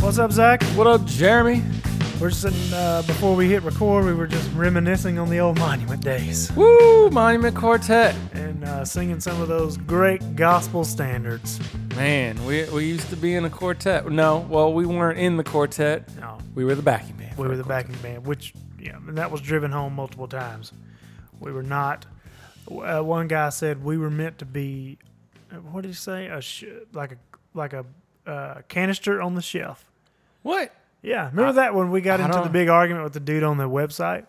What's up, Zach? What up, Jeremy? We're sitting uh, before we hit record. We were just reminiscing on the old Monument days Woo! Monument Quartet. and uh, singing some of those great gospel standards. Man, we, we used to be in a quartet. No, well, we weren't in the quartet. No, We were the backing band. we were the backing band, which yeah, and that was driven home multiple times. We were not. Uh, one guy said we were meant to be. uh, What did he say? A sh- like a like a uh, canister on the shelf. What? Yeah, remember that when we got I into the don't- big argument with the dude on the website?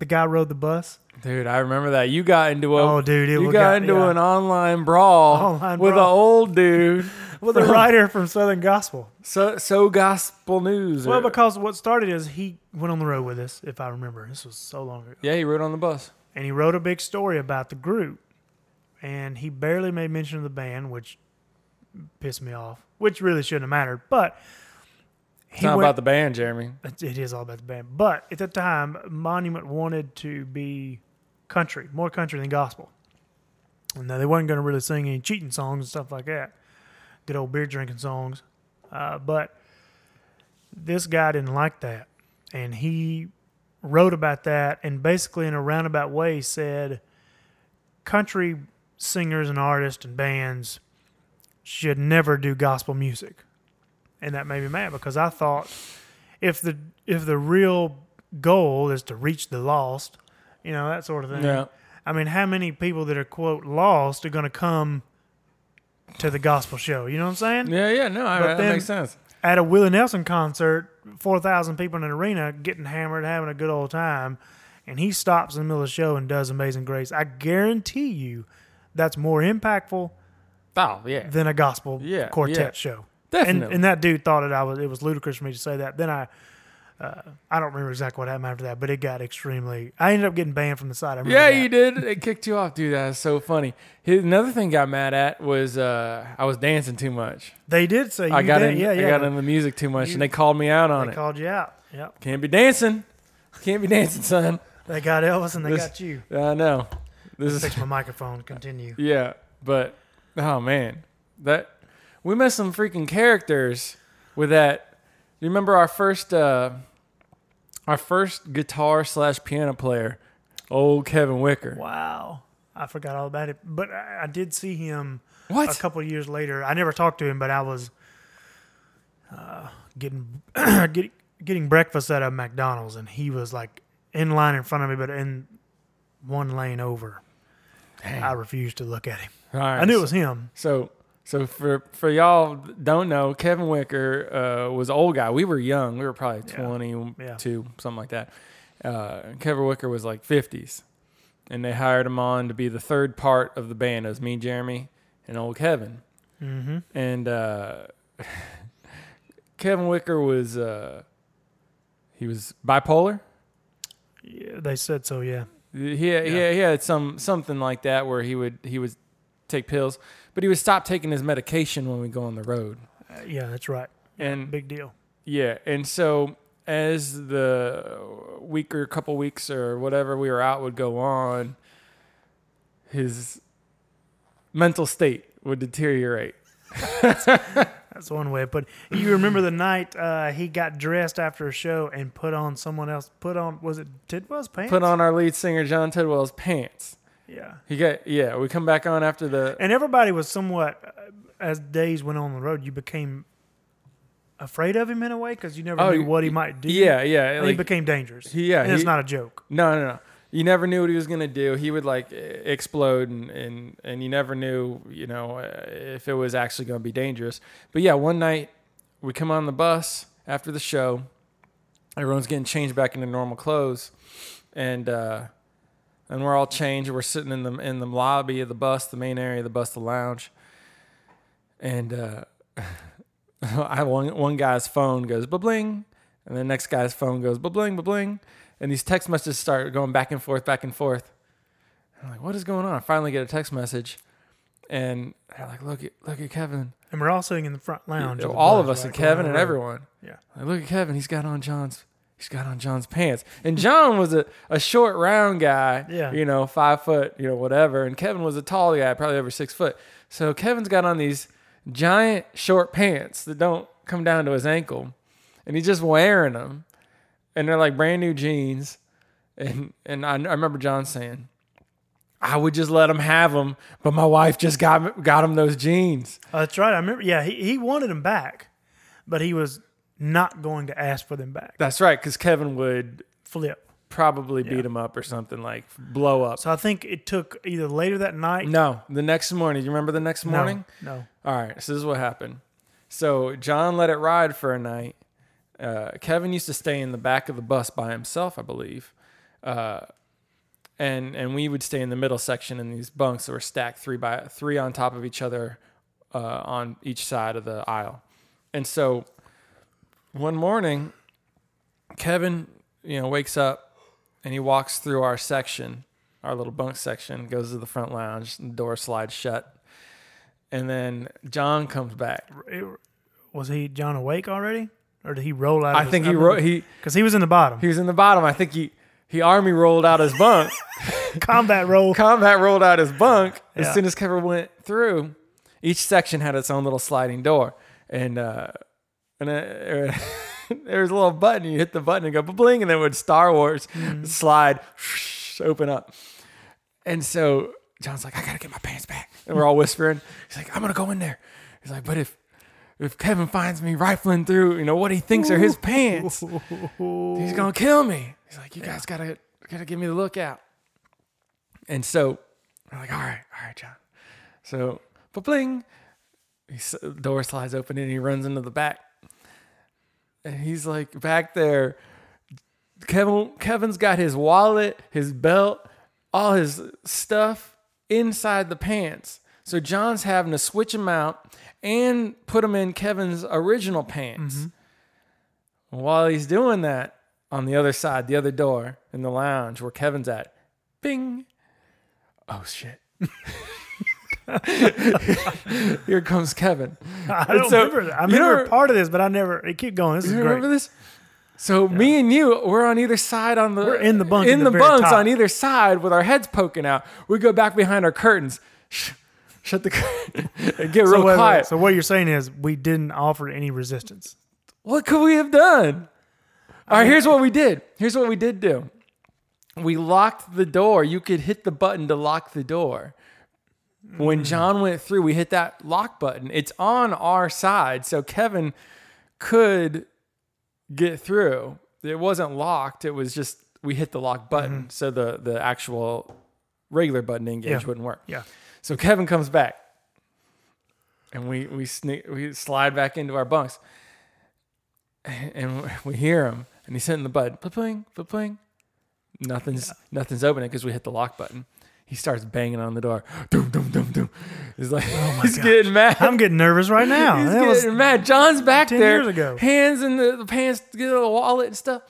The guy rode the bus. Dude, I remember that. You got into a Oh, dude, it you was- got, got- into yeah. an online brawl Online with brawl. an old dude. Well, the writer from Southern Gospel. So so gospel news. Well, or- because what started is he went on the road with us, if I remember. This was so long ago. yeah, he rode on the bus. And he wrote a big story about the group. And he barely made mention of the band, which pissed me off, which really shouldn't have mattered. But It's not about the band, Jeremy. It's- It is all about the band. But at the time, Monument wanted to be country, more country than gospel. And they weren't going to really sing any cheating songs and stuff like that, good old beer drinking songs. Uh, but this guy didn't like that. And he wrote about that and basically, in a roundabout way, said country singers and artists and bands should never do gospel music. And that made me mad because I thought if the if the real goal is to reach the lost, you know that sort of thing. Yeah. I mean, how many people that are quote lost are going to come to the gospel show? You know what I'm saying? Yeah, yeah, no, I, But that then- makes sense. At a Willie Nelson concert, four thousand people in an arena getting hammered, having a good old time, and he stops in the middle of the show and does Amazing Grace. I guarantee you, that's more impactful Oh, yeah. than a gospel Yeah, quartet yeah. show. And, Definitely. and that dude thought it. I was. It was ludicrous for me to say that. Then I, uh, I don't remember exactly what happened after that, but it got extremely. I ended up getting banned from the site. I remember Yeah, that. you did. It kicked you off, dude. That's so funny. He- Another thing got mad at was uh, I was dancing too much. They did say you I got did. in. yeah, yeah. I got in the music too much, You- and they called me out on they it. called you out. Yep. Can't be dancing. Can't be dancing, son. They got Elvis and they This- got you. I know. This is Fix my microphone. Continue. yeah, but oh man, that we missed some freaking characters with that. You remember our first uh, our first guitar slash piano player, old Kevin Wicker. Wow. I forgot all about it, but I, I did see him a What? couple of years later. I never talked to him, but I was uh, getting getting getting breakfast at a McDonald's, and he was like in line in front of me, but in one lane over. I refused to look at him. All right, I knew it so- was him. So, so for for y'all that don't know, Kevin Wicker uh, was an old guy. We were young. We were probably Yeah. twenty two, Yeah. something like that. Uh, Kevin Wicker was like fifties, and they hired him on to be the third part of the band. It was me, Jeremy, and old Kevin. Mm-hmm. And uh, Kevin Wicker was uh, he was bipolar. Yeah, they said so. Yeah. He had, he, had, he had some something like that where he would he would take pills, but he would stop taking his medication when we go on the road. Uh, yeah, that's right. And Big deal. Yeah, and so as the week or couple weeks or whatever we were out would go on, his mental state would deteriorate. That's one way. But you remember the night uh, he got dressed after a show and put on someone else. Put on was it Tidwell's pants? Put on our lead singer John Tidwell's pants. Yeah. He got yeah. We come back on after the And everybody was somewhat, uh, as days went on the road, you became afraid of him in a way because you never Oh, knew you- what he might do. yeah yeah. And he Like, became dangerous. he- yeah, And it's he- not a joke. no no no. You never knew what he was gonna do. He would like e- explode, and and, and you never knew you know uh, if it was actually gonna be dangerous. But yeah, one night we come on the bus after the show. Everyone's getting changed back into normal clothes, and uh, and we're all changed. We're sitting in the in the lobby of the bus, the main area of the bus, the lounge, and uh, I one one guy's phone goes ba bling, and the next guy's phone goes ba bling ba bling, and these text messages start going back and forth, back and forth. I'm like, what is going on? I finally get a text message, and they're like, look at look at Kevin. And we're all sitting in the front lounge. Yeah, the all of bus, us and like, going Kevin and around. everyone. Yeah. Like, look at Kevin. He's got on John's. He's got on John's pants. And John was a, a short, round guy. Yeah. You know, five foot. You know, whatever. And Kevin was a tall guy, probably over six foot. So Kevin's got on these giant short pants that don't come down to his ankle. and he's just wearing them, and they're like brand new jeans, and and I, I remember John saying, I would just let him have them, but my wife just got got him those jeans. Uh, that's right. I remember. Yeah, he, he wanted them back, but he was not going to ask for them back. That's right, because Kevin would Flip. probably beat him up or something like blow up. So I think it took either later that night. No, the next morning. You remember the next no, morning? No. All right, so this is what happened. So John let it ride for a night. Uh, Kevin used to stay in the back of the bus by himself, I believe, uh, and and we would stay in the middle section in these bunks that were stacked three by three on top of each other uh, on each side of the aisle. And so one morning, Kevin, you know, wakes up and he walks through our section, our little bunk section, goes to the front lounge, the door slides shut. And then John comes back. It- was he John awake already, or did he roll out? I think he ro- he because he was in the bottom he was in the bottom. I think he he army rolled out his bunk. combat roll. Combat rolled out his bunk Yeah. as soon as Kevin went through. Each section had its own little sliding door, and uh, and uh, there was a little button. You hit the button and go bling, and then it would Star Wars slide open up. And so John's like, I gotta get my pants back, and we're all whispering. He's like, I'm gonna go in there. He's like, but if if Kevin finds me rifling through, you know what he thinks are his pants, he's gonna kill me. He's like, you guys gotta gotta give me the lookout. And so I'm like, all right, all right, John. So, but bling, he, s- door slides open and he runs into the back, and he's like back there. Kevin Kevin's got his wallet, his belt, all his stuff inside the pants. So John's having to switch him out and put him in Kevin's original pants. While he's doing that, on the other side, the other door in the lounge where Kevin's at, bing. Oh shit. Here comes Kevin. I don't so- remember. That. I you remember don't- part of this, but I never. It keep going. This is You great. remember this? So me and you, we're on either side on the We're in the bunk at in the the, very bunks top. on either side with our heads poking out. We go back behind our curtains, shh, shut the curtain, and get real wait, wait, quiet. so what you're saying is we didn't offer any resistance. what could we have done? All right, here's what we did. Here's what we did do. We locked the door. You could hit the button to lock the door. When John went through, we hit that lock button. It's on our side, so Kevin could get through. It wasn't locked. It was just we hit the lock button, so the the actual regular button to engage Yeah. wouldn't work. Yeah. So Kevin comes back, and we we sneak we slide back into our bunks, and we hear him, and he's hitting the button, pling, pling. Nothing's nothing's opening because we hit the lock button. He starts banging on the door, doom doom doom doom. He's like, he's getting mad. Oh I'm getting nervous right now. He's That getting was- mad. John's back 10 there. years ago. Hands in the, the pants, get the wallet and stuff.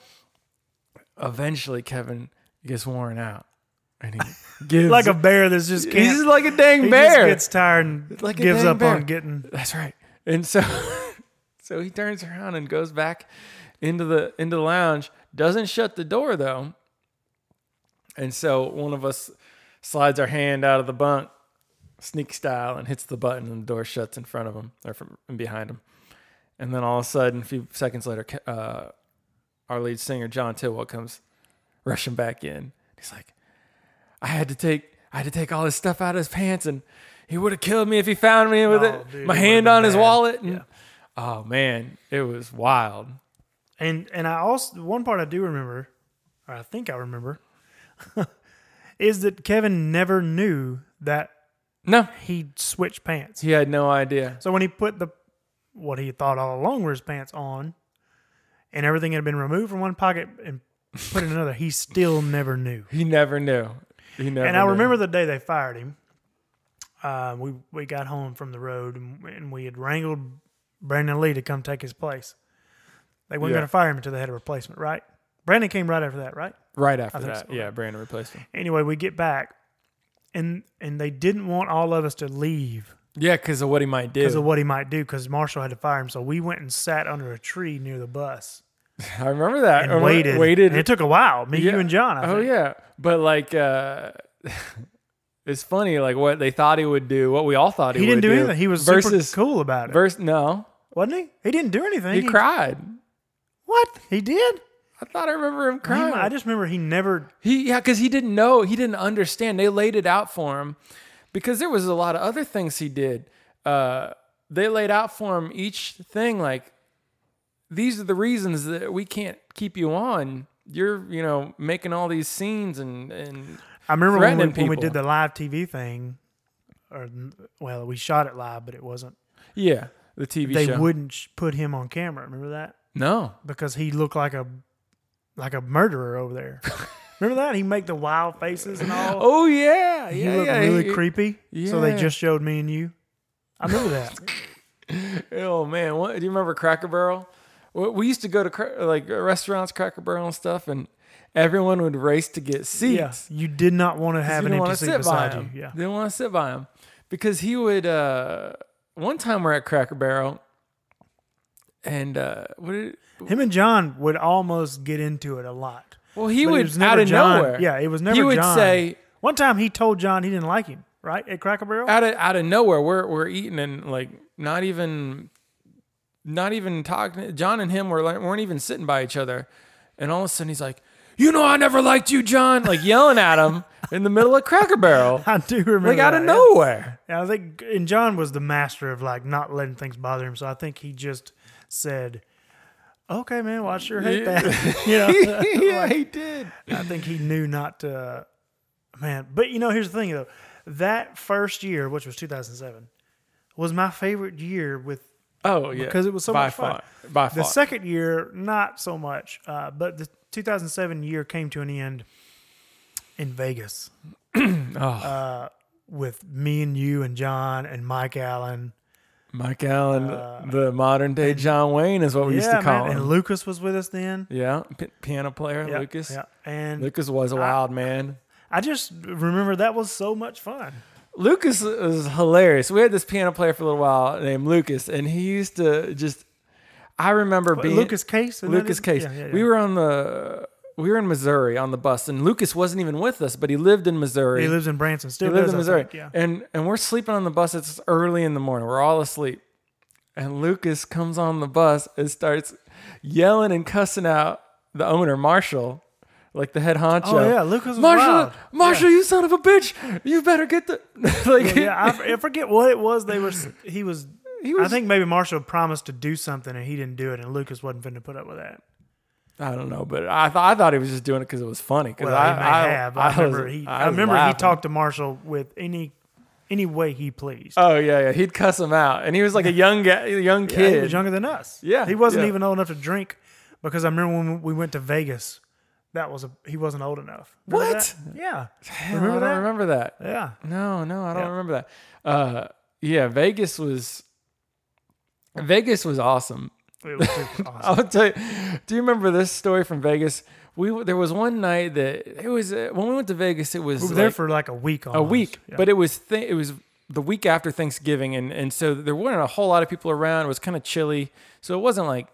Eventually, Kevin gets worn out, and he gives like a bear that's just can't. he's like a dang he bear. just gets tired and Like a gives dang up bear. on getting. That's right. And so, so he turns around and goes back into the into the lounge. Doesn't shut the door though. And so one of us slides our hand out of the bunk, sneak style, and hits the button, and the door shuts in front of him or from and behind him. And then all of a sudden, a few seconds later, Ke- uh, our lead singer John Tidwell comes rushing back in. He's like, "I had to take, I had to take all his stuff out of his pants, and he would have killed me if he found me with Oh, it. dude, My it would've hand been on his bad. wallet." And, Oh man, it was wild. And and I also one part I do remember, or I think I remember, is that Kevin never knew that No, he switched pants. he had no idea. So when he put the what he thought all along were his pants on, and everything had been removed from one pocket and put in another, he still never knew. He never knew. He never. and I knew. remember the day they fired him. Uh, we we got home from the road and, and we had wrangled Brandon Lee to come take his place. They weren't Yeah. going to fire him until they had a replacement, right? Brandon came right after that, right? right after think that. so. Yeah, Brandon replaced him. Anyway, we get back, and and they didn't want all of us to leave Yeah, because of what he might do. because of what he might do. Because Marshall had to fire him, so we went and sat under a tree near the bus I remember that. and I remember- waited. Waited. And it took a while. Me, Yeah. you, and John. I oh think. yeah, but like, uh, it's funny like what they thought he would do, what we all thought he, He didn't would do do anything. He was versus super cool about it, versus no, wasn't he? He didn't do anything. he He- cried. What? He did? I thought I remember him He- crying. I just remember he never. He yeah, because he didn't know, he didn't understand. They laid it out for him because there was a lot of other things he did. Uh, they laid out for him each thing like these are the reasons that we can't keep you on. You're you know making all these scenes and and I remember when we, Threatening when we people. did the live TV thing, or well, we shot it live, but it wasn't. yeah the TV they show. wouldn't sh- put him on camera. Remember that? no, Because he looked like a like a murderer over there. remember that? He make the wild faces and all. oh yeah, he yeah, looked yeah. really he- creepy. So they Yeah. just showed me and you. I remember that. Oh man, what do you remember Cracker Barrel? We- We used to go to cra- like restaurants, Cracker Barrel and stuff, and everyone would race to get yeah, seats. you did not want to have You an didn't empty wanna seat sit beside by him. you. Yeah, Didn't want to sit by him because he would. Uh, one time we're at Cracker Barrel, and uh, what? Did, him and John would almost get into it a lot. well, he But it would was out never of John. nowhere. Yeah, it was never. He would John. say one time he told John he didn't like him. Right at Cracker Barrel. out of out of nowhere. We're we're eating and like not even, not even talking. John and him were like, weren't even sitting by each other, and all of a sudden he's like, "You know, I never liked you, John!" Like yelling at him in the middle of Cracker Barrel, I do remember. like out of that, yeah. nowhere. Yeah, I think, and John was the master of like not letting things bother him. So I think he just said, "Okay, man, well, I sure hate that." you know, yeah, he did. I think he knew not to, man. But you know, here's the thing though: that first year, which was 2007, was my favorite year with. Oh yeah, Because it was so by much fun. far. By The far, second year, not so much, uh, but the 2007 year came to an end in Vegas Oh. Uh, with me and you and John and Mike Allen. Mike Allen, the modern day John Wayne, is what we used Uh, Yeah, to call man, him. and Lucas was with us then. yeah, p- piano player Yeah, Lucas. Yeah. And Lucas was a wild man. I just remember that was so much fun. Lucas is hilarious. We had this piano player for a little while named Lucas, and he used to just. I remember being Lucas Case. isn't that Lucas his- Case. yeah, yeah, yeah. We were on the we were in Missouri on the bus, and Lucas wasn't even with us, but he lived in Missouri. He lives in Branson. Still He lives does, in I Missouri. think, yeah. And and we're sleeping on the bus. It's early in the morning. We're all asleep. And Lucas comes on the bus and starts yelling and cussing out the owner, Marshall, like the head honcho. Oh, yeah, Lucas was Marshall, wild. Marshall, you son of a bitch! You better get the like. Yeah, I, f- I forget what it was. They were. s- He was. He I was- think maybe Marshall promised to do something and he didn't do it, and Lucas wasn't finna put up with that. I don't know, but I thought I thought he was just doing it because it was funny. Because Well, I, he may I- have. I I, was- remember. he, I, was remember he laughing. talked to Marshall with any any way he pleased. Oh yeah, yeah. He'd cuss him out, and he was like a young guy, a young Yeah, he kid. was younger than us. Yeah, he wasn't yeah. even old enough to drink because I remember when we went to Vegas. That was a he wasn't old enough. Remember What? that? Yeah, Hell, remember I don't that? remember that. yeah. No, no, I don't Yeah. remember that. Uh, yeah, Vegas was Vegas was awesome. It was super awesome. I'll tell you. Do you remember this story from Vegas? We there was one night that it was uh, when we went to Vegas. It was We were there like for like a week. Almost. a week, Yeah. but it was th- it was the week after Thanksgiving, and and so there weren't a whole lot of people around. It was kind of chilly, so it wasn't like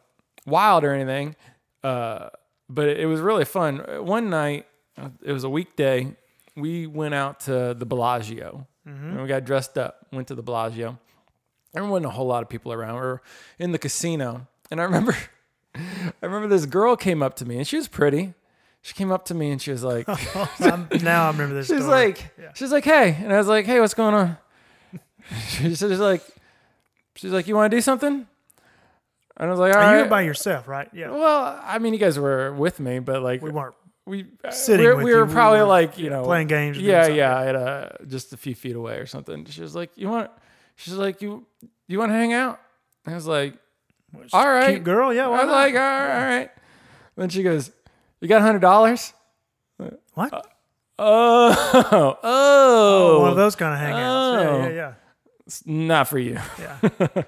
wild or anything. Uh, but it, was really fun. Uh, One night, uh, it was a weekday. We went out to the Bellagio, and we got dressed up. Went to the Bellagio. There wasn't a whole lot of people around. We were in the casino, and I remember, I remember this girl came up to me, and she was pretty. She came up to me and she was like, I'm- now I remember this. She's story. like, she's like, hey, and I was like, hey, what's going on? she's just like, she's like, you want to do something? And I was like, all And right. you were by yourself, right? Yeah, well, I mean, you guys were with me, but like we weren't we uh, sitting we're- with we were you, we probably were like you know playing games or doing Yeah, something. yeah, at uh, just a few feet away or something. She was like, you want? She's like, you you want to hang out? And I was like, all right, cute girl. Yeah, I why was not? like, all right, all right. Then she goes, you got a hundred dollars? what? Oh, oh, Oh, one of those kind of hangouts. Yeah, Oh. yeah, not for you. yeah. yeah.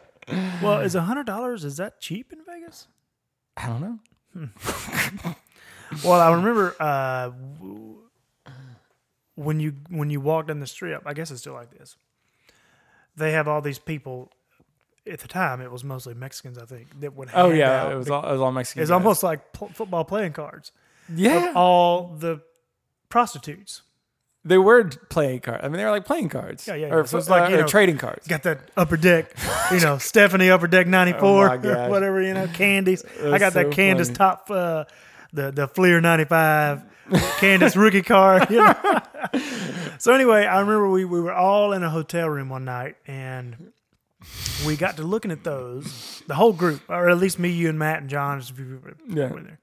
well, is a hundred dollars is that cheap in Vegas? I don't know. Well, I remember uh, w- when you when you walk down the strip. I guess it's still like this. They have all these people. At the time, it was mostly Mexicans, I think, that would. Oh hand yeah, out it was big- all it was all Mexican. it's guys. almost like pl- football playing cards. yeah. All the prostitutes. They were playing cards. I mean, they were like playing cards. Yeah, yeah, yeah. Or, So it's fo- like, you or know, trading cards. Got that upper deck, you know, Stephanie upper deck Oh my 94, God. whatever, you know, candies. I got That's so that Candace funny. top, uh, the, the Fleer 95, Candace rookie card. You know? so anyway, I remember we, we were all in a hotel room one night and we got to looking at those, the whole group, or at least me, you, and Matt and John, just a few people Yeah. were there.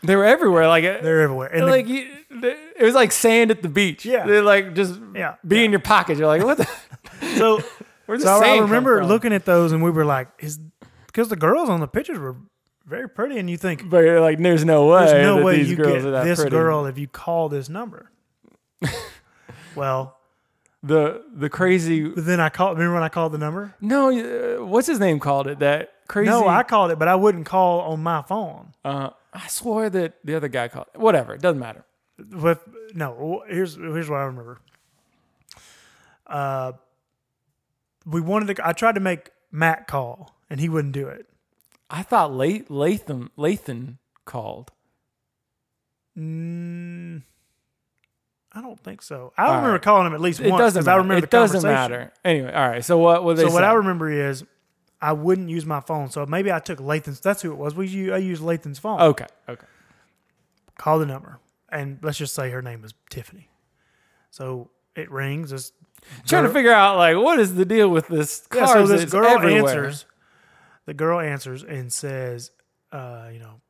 They were everywhere. Like it- They're everywhere. And the- like you, they- it was like sand at the beach. Yeah. They're like just Yeah, be in your pocket. You're like, what the? so Where's So the sand I come remember from? looking at those and we were like, is because the girls on the pictures were very pretty, and you think But you're like, there's no way. there's no that way these you girls get are that this pretty. girl if you call this number. well, The the crazy. but then I called. Remember when I called the number? No, uh, what's his name called it? That crazy. No, I called it, but I wouldn't call on my phone. Uh, I swore that the other guy called. Whatever, it doesn't matter. But no, here's here's what I remember. Uh, we wanted to. I tried to make Matt call, and he wouldn't do it. I thought La- Latham Lathan called. Mm, I don't think so. I All remember right. calling him at least It once doesn't. because I Matter. remember it the doesn't conversation. matter. Anyway, all right. So what? What they So what say? I remember is I wouldn't use my phone. So maybe I took Lathan's. That's who it was. We u- I used Lathan's phone. Okay. Okay. Call the number, and let's just say her name was Tiffany. So it rings. This Trying to girl- figure out like what is the deal with this car? Yeah, so this that's girl everywhere? answers. The girl answers and says, uh, you know,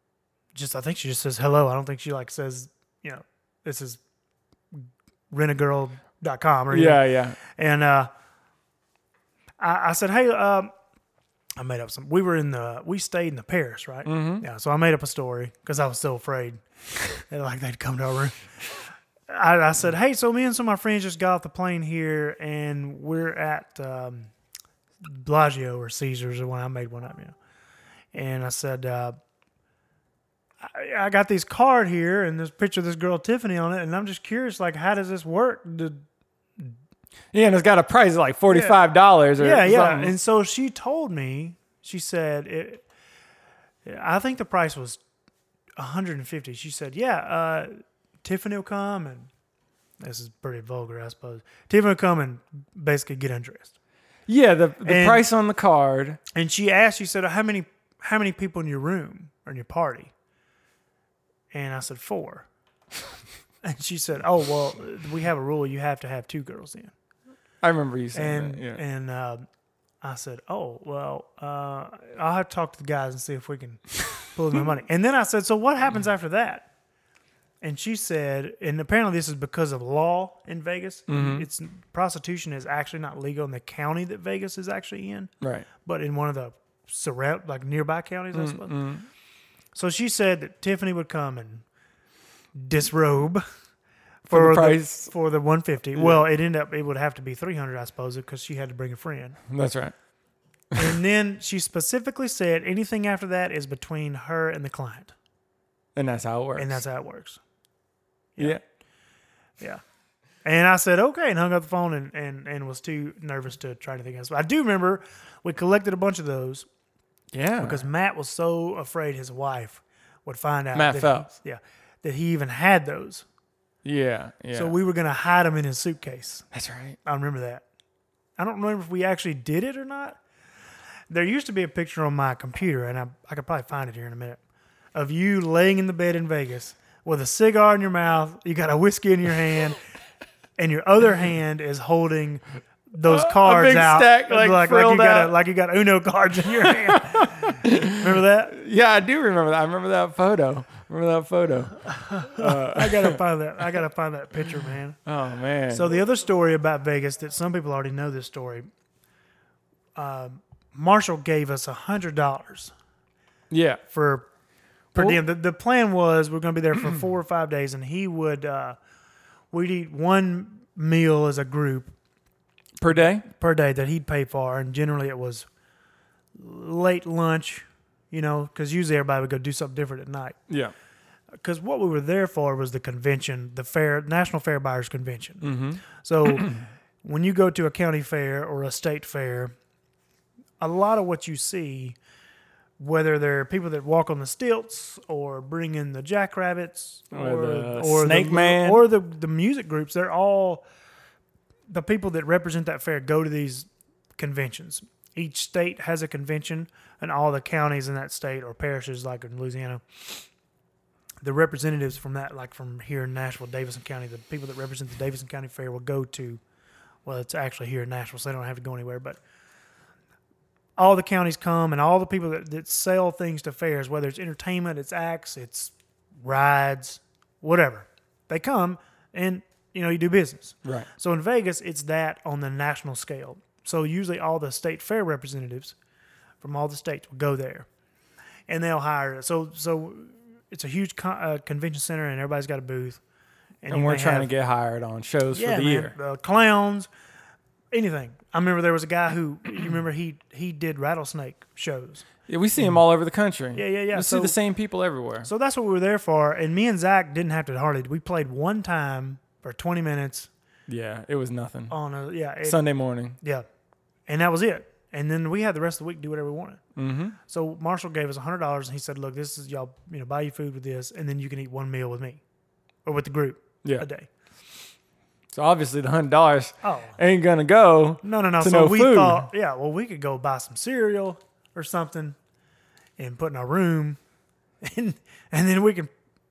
just I think she just says hello. I don't think she like says, you know, this is rentagirl.com or you know, Yeah, yeah. And uh, I, I said, hey, um, I made up some. We were in the, we stayed in the Paris, right? Mm-hmm. Yeah. So I made up a story because I was so afraid that like they'd come to our room. I, I said, hey, so me and some of my friends just got off the plane here and we're at um, Bellagio or Caesars, the one I made one up, you know. And I said, uh, I, I got this card here and this picture of this girl Tiffany on it, and I'm just curious, like, how does this work? Did, Yeah, and it's got a price of like forty five dollars or yeah, yeah. something. And so she told me, she said, it, I think the price was 150. She said, yeah, uh, Tiffany will come and this is pretty vulgar, I suppose. Tiffany will come and basically get undressed. yeah. The the And- price on the card. And she asked, she said, how many, how many people in your room or in your party? And I said, four. and she said, oh, well, we have a rule. You have to have two girls in. I remember you saying and that. Yeah. and uh, I said, "Oh well, uh, I'll have to talk to the guys and see if we can pull my money." And then I said, "So what happens after that?" And she said, and apparently this is because of law in Vegas. Mm-hmm. It's prostitution is actually not legal in the county that Vegas is actually in, right. but in one of the surround like nearby counties, I Mm-hmm. suppose. So she said that Tiffany would come and disrobe For for, the price. for the 150. Well, it ended up it would have to be 300, I suppose, because she had to bring a friend. That's right. and then she specifically said anything after that is between her and the client, And that's how it works. and that's how it works. yeah. Yeah. And I said, okay, and hung up the phone and, and, and was too nervous to try anything else. But I do remember we collected a bunch of those Yeah. because Matt was so afraid his wife would find out. Matt that he- Phelps. yeah. That he even had those. yeah. Yeah. So we were going to hide them in his suitcase. That's right. I remember that. I don't remember if we actually did it or not. There used to be a picture on my computer, and I, I could probably find it here in a minute, of you laying in the bed in Vegas with a cigar in your mouth. You got a whiskey in your hand, and your other hand is holding those cards big out, stack, like, you frilled got out. A, like you got Uno cards in your hand. remember that? Yeah, I do remember that. I remember that photo. Remember that photo. I gotta find that. I gotta find that picture, man. Oh man. So the other story about Vegas that some people already know this story. Um, Marshall gave us a hundred dollars yeah. for per Well- diem. The, the plan was we're going to be there for four or five days, and he would uh, we'd eat one meal as a group Per day. per day that he'd pay for, and generally it was late lunch, you know, because usually everybody would go do something different at night. Yeah. Because what we were there for was the convention, the fair, National Fair Buyers Convention. Mm-hmm. So when you go to a county fair or a state fair, a lot of what you see whether they're people that walk on the stilts or bring in the jackrabbits Or the Snake Man. or the the music groups, they're all the people that represent that fair go to these conventions. Each state has a convention, and all the counties in that state or parishes, like in Louisiana, the representatives from that, like from here in Nashville, Davidson County, the people that represent the Davidson County Fair will go to. Well, it's actually here in Nashville, so they don't have to go anywhere. But all the counties come, and all the people that, that sell things to fairs, whether it's entertainment, it's acts, it's rides, whatever, they come, and you know you do business. Right. So in Vegas, it's that on the national scale. So usually all the state fair representatives from all the states will go there, and they'll hire. So so it's a huge con- uh, convention center, and everybody's got a booth. And you we're may trying have- to get hired on shows for the man, year. the clowns, anything. I remember there was a guy who you remember he he did rattlesnake shows. Yeah, we see them all over the country. Yeah, yeah, yeah. We see So- the same people everywhere. So that's what we were there for. And me and Zach didn't have to hardly. We played one time for twenty minutes yeah, it was nothing. on a Oh, yeah it- Sunday morning. yeah, and that was it. And then we had the rest of the week do whatever we wanted. Mm-hmm. So Marshall gave us hundred dollars and he said, "Look, this is y'all. You know, buy your food with this, and then you can eat one meal with me, or with the group Yeah. a day." So obviously the hundred dollars Oh ain't gonna go. no, no, no! To so no we food. thought, yeah, well, we could go buy some cereal or something, and put in our room, and and then we can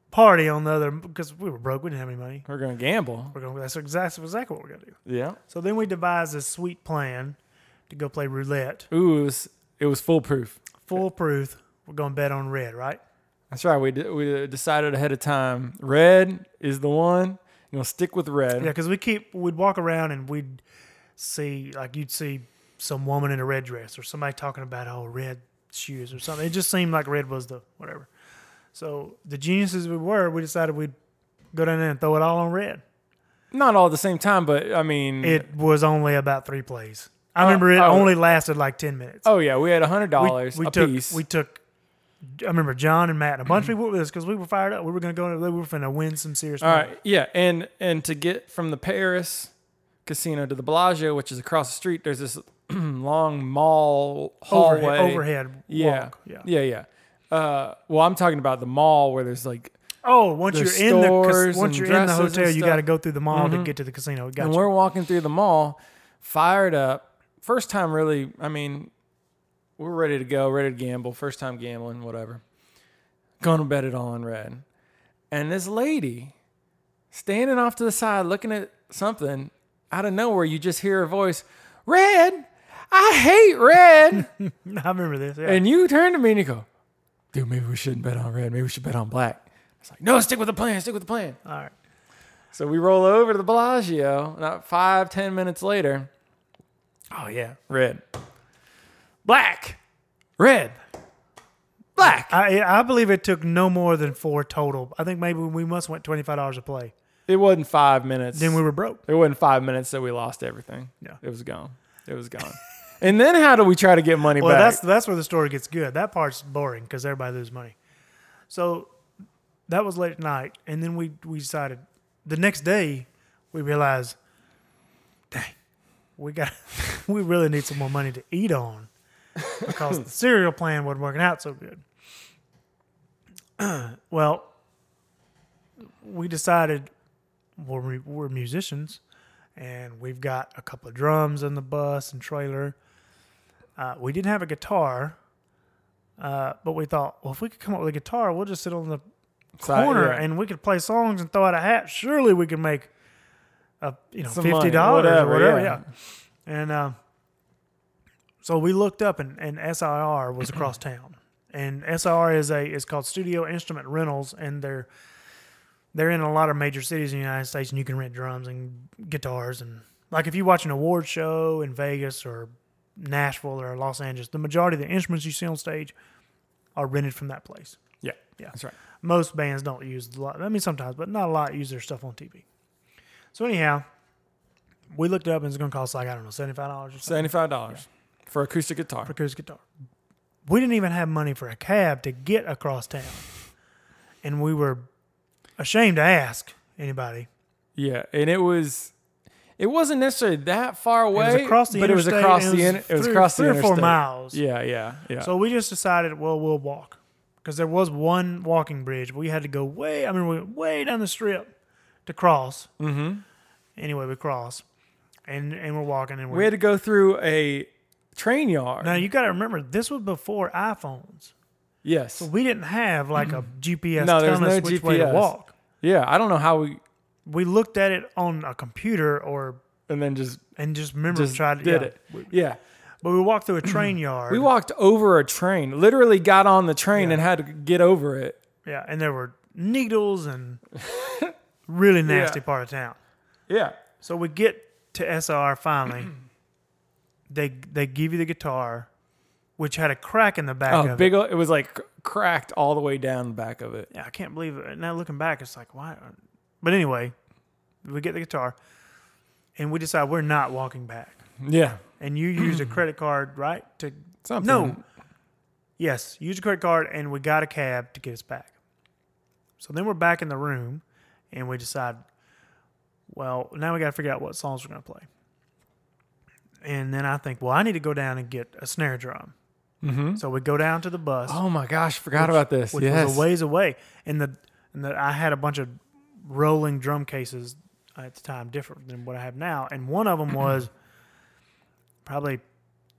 party on the other because we were broke. We didn't have any money. We're gonna gamble. We're gonna. That's exactly exactly what we're gonna do. Yeah. So then we devised this sweet plan to go play roulette, Ooh, it was, it was foolproof. foolproof. We're gonna bet on red, right? That's right. We d- we decided ahead of time. Red is the one. You're gonna stick with red. Yeah, because we keep we'd walk around and we'd see like you'd see some woman in a red dress or somebody talking about oh red shoes or something. It just seemed like red was the whatever. So the geniuses we were, we decided we'd go down there and throw it all on red. Not all at the same time, but I mean, It was only about three plays. I Oh, remember it oh. only lasted like ten minutes. oh yeah, we had a hundred We- dollars we, a took piece. we took. I remember John and Matt and a bunch of people with us because we were fired up. We were going to go. We were going to win some serious. all money. right, yeah, and and to get from the Paris casino to the Bellagio, which is across the street, there's this long mall hallway. overhead, overhead Yeah. walk. Yeah. Yeah. Yeah. Uh, well, I'm talking about the mall where there's like, Oh, once There's you're in the stores cas- once and you're in the dresses and hotel, you stuff. Mm-hmm. got to go through the mall to get to the casino. Gotcha. and we're walking through the mall, fired up. First time, really. I mean, we're ready to go, ready to gamble. First time gambling, whatever. Gonna bet it all on red. And this lady standing off to the side looking at something out of nowhere, you just hear a voice, Red, I hate red. I remember this. Yeah. And you turn to me and you go, dude, maybe we shouldn't bet on red. Maybe we should bet on black. It's like, no, stick with the plan. Stick with the plan. All right. So we roll over to the Bellagio. Not five, ten minutes later. Oh, yeah. Red. Black. Red. Black. I I believe it took no more than four total. I think maybe we must went twenty five dollars a play. It wasn't five minutes. Then we were broke. it wasn't five minutes that we lost everything. Yeah. It was gone. It was gone. and then how do we try to get money Well, back? that's that's where the story gets good. That part's boring because everybody loses money. So that was late at night, and then we we decided the next day we realized, dang, we got we really need some more money to eat on because the cereal plan wasn't working out so good. well, we decided well, we, we're musicians, and we've got a couple of drums in the bus and trailer. Uh, we didn't have a guitar, uh, but we thought, well, if we could come up with a guitar, we'll just sit on the So I- corner yeah. and we could play songs and throw out a hat. Surely we could make, a, you know, Some money, fifty dollars whatever, or whatever. yeah. Yeah. And uh, so we looked up, and, and SIR was across town, and SIR is a is called Studio Instrument Rentals, and they're they're in a lot of major cities in the United States, and you can rent drums and guitars and like if you watch an award show in Vegas or Nashville or Los Angeles, the majority of the instruments you see on stage are rented from that place. yeah. Yeah. That's right. Most bands don't use a lot. I mean, sometimes, but not a lot use their stuff on TV. So anyhow, we looked it up and it's going to cost like I don't know seventy five dollars or something Seventy-five dollars for acoustic guitar. for acoustic guitar. We didn't even have money for a cab to get across town, and we were ashamed to ask anybody. Yeah, and it was It wasn't necessarily that far away, was across the but it was interstate, across and it the was in, it was three- across the three or four interstate. miles. Yeah, yeah, yeah. So we just decided, well, we'll walk because there was one walking bridge. We had to go way. I mean, we went way down the strip to cross. Mm-hmm. Anyway, we cross, and and we're walking, and we're we had to go through a train yard. now you got to remember this was before iPhones. yes. We didn't have like a GPS No, there's telling us no which way to GPS. walk. Yeah, I don't know how we We looked at it on a computer or and then just and just remember just tried to did yeah. it. Yeah. But we walked through a train yard. We walked over a train. Literally got on the train and had to get over it. yeah, and there were needles and really nasty part of town. Yeah. So we get to SR finally. they they give you the guitar, which had a crack in the back Oh, of big! o- It was like c- cracked all the way down the back of it. it. Yeah, I can't believe it. Now looking back, it's like why? But anyway, we get the guitar, and we decide we're not walking back. Yeah. And you used a credit card, right? To Something. no, yes, used a credit card, and we got a cab to get us back. So then we're back in the room, and we decide, well, now we got to figure out what songs we're gonna play. And then I think, well, I need to go down and get a snare drum. Mm-hmm. So we go down to the bus, Oh my gosh! Forgot about this. which yes. was a ways away, and the and the, I had a bunch of rolling drum cases at the time, different than what I have now, and one of them was probably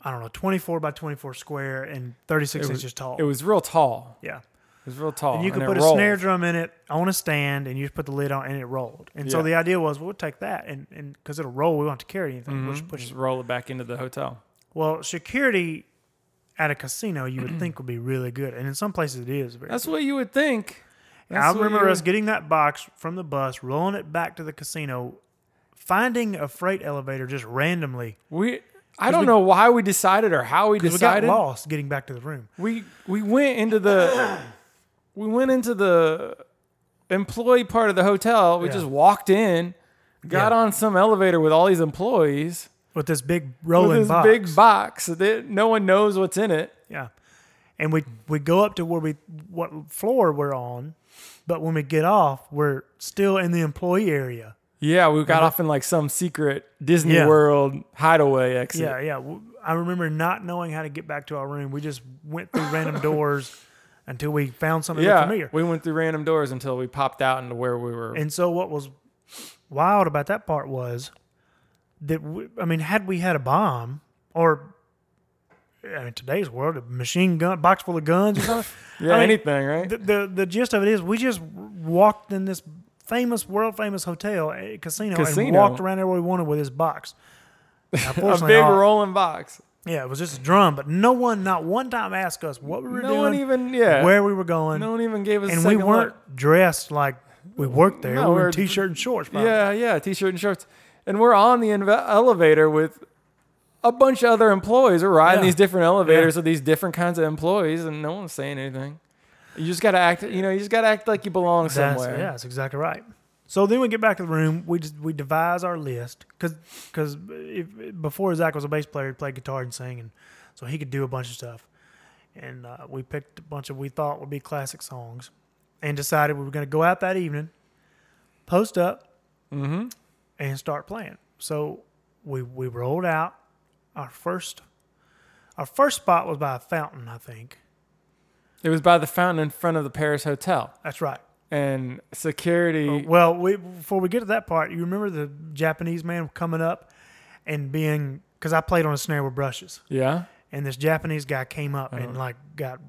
I don't know, twenty four by twenty four square and thirty six It was- inches tall. It was real tall. yeah, It was real tall. and you could it put a rolled. snare drum in it on a stand, and you just put the lid on, and it rolled. And so Yeah. the idea was, well, we'll take that, and and because it'll roll, we won't have to carry anything. Which pushes Just roll it back into the hotel. well, security at a casino, you would think would be really good, and in some places it is. Very That's what you would think. I That's what remember you us would- getting that box from the bus, rolling it back to the casino, finding a freight elevator just randomly. We. I don't know why we decided or how we 'Cause We got decided. lost getting back to the room. we we went into the we went into the employee part of the hotel. We Yeah. just walked in, got Yeah. on some elevator with all these employees With this big with rolling this box. big box that no one knows what's in it. Yeah. And we we go up to where we what floor we're on, but when we get off, we're still in the employee area. Yeah, we got off in like some secret Disney Uh-huh. Yeah. World hideaway exit. Yeah, yeah. W- I remember not knowing how to get back to our room. We just went through random doors until we found something that Yeah, looked familiar. we went through random doors until we popped out into where we were. And so what was wild about that part was that we, I mean, had we had a bomb or I mean, today's world, a machine gun, box full of guns or something. yeah, I mean, anything, right? the, the the gist of it is, we just walked in this famous, world famous hotel eh, casino, and Casino. walked around everywhere we wanted with this box. Now, a fortunately, big all- rolling box. yeah, it was just a drum, but no one, not one time, asked us what we were No doing, one even, yeah, where we were going, no one even gave us. a and we second look. weren't dressed like we worked there. No, we were we're- in t-shirt and shorts. Probably. Yeah, yeah, t-shirt and shorts. And we're on the inve- elevator with a bunch of other employees. We're riding Yeah. these different elevators with these different kinds of employees, and no one's saying anything. You just gotta act. You know, you just gotta act like you belong That's, somewhere. yeah, that's exactly right. So then we get back to the room. We just, we devise our list because before Zach was a bass player, he played guitar and sang, and so he could do a bunch of stuff. And uh, we picked a bunch of we thought would be classic songs, and decided we were going to go out that evening, post up, and start playing. So we we rolled out. Our first our first spot was by a fountain, I think. It was by the fountain in front of the Paris Hotel, That's right. and security. Well, we, before we get to that part, you remember the Japanese man coming up and being because I played on a snare with brushes, yeah, and this Japanese guy came up and Uh-huh. like got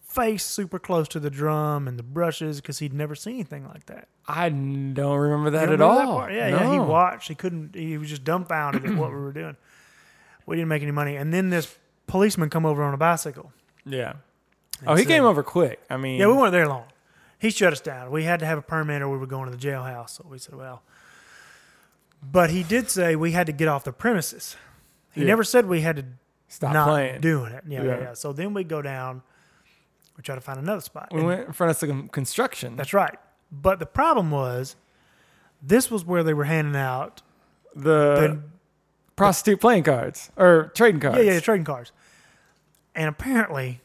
face super close to the drum and the brushes because he'd never seen anything like that. I n- don't remember that You at remember that all. part? yeah, no. yeah. He watched. He couldn't. He was just dumbfounded at what we were doing. We didn't make any money, and then this policeman come over on a bicycle. Yeah. Oh, he said- came over quick. I mean, Yeah, we weren't there long. He shut us down. We had to have a permit or we were going to the jailhouse. So we said, well. But he did say we had to get off the premises. He Yeah. never said we had to stopped not playing. doing it. Yeah, yeah, Yeah. yeah. So then we go down. We try to find another spot. we And went in front of some construction. That's right. But the problem was, this was where they were handing out the the prostitute playing cards or trading cards. yeah, yeah, trading cards. And apparently,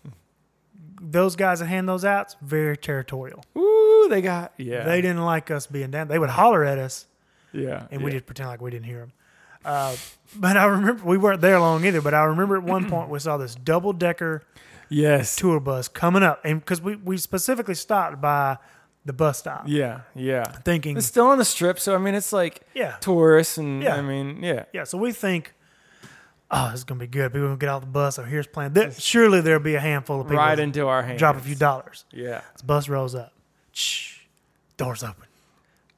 those guys that hand those out very territorial. Ooh, they got yeah. They didn't like us being down. They would holler at us Yeah. and yeah. we just pretend like we didn't hear them. Uh, but I remember we weren't there long either. But I remember at one point we saw this double decker Yes. tour bus coming up, and because we we specifically stopped by the bus stop, yeah. Yeah. thinking, It's still on the strip, so I mean, it's like yeah, tourists, and Yeah. I mean, yeah. yeah. So we think. Oh, this is gonna be good. People gonna get off the bus. Oh, here's plan. There, surely there'll be a handful of people. Right that into our hands. drop a few dollars. Yeah. The bus rolls up. Shh. Doors open.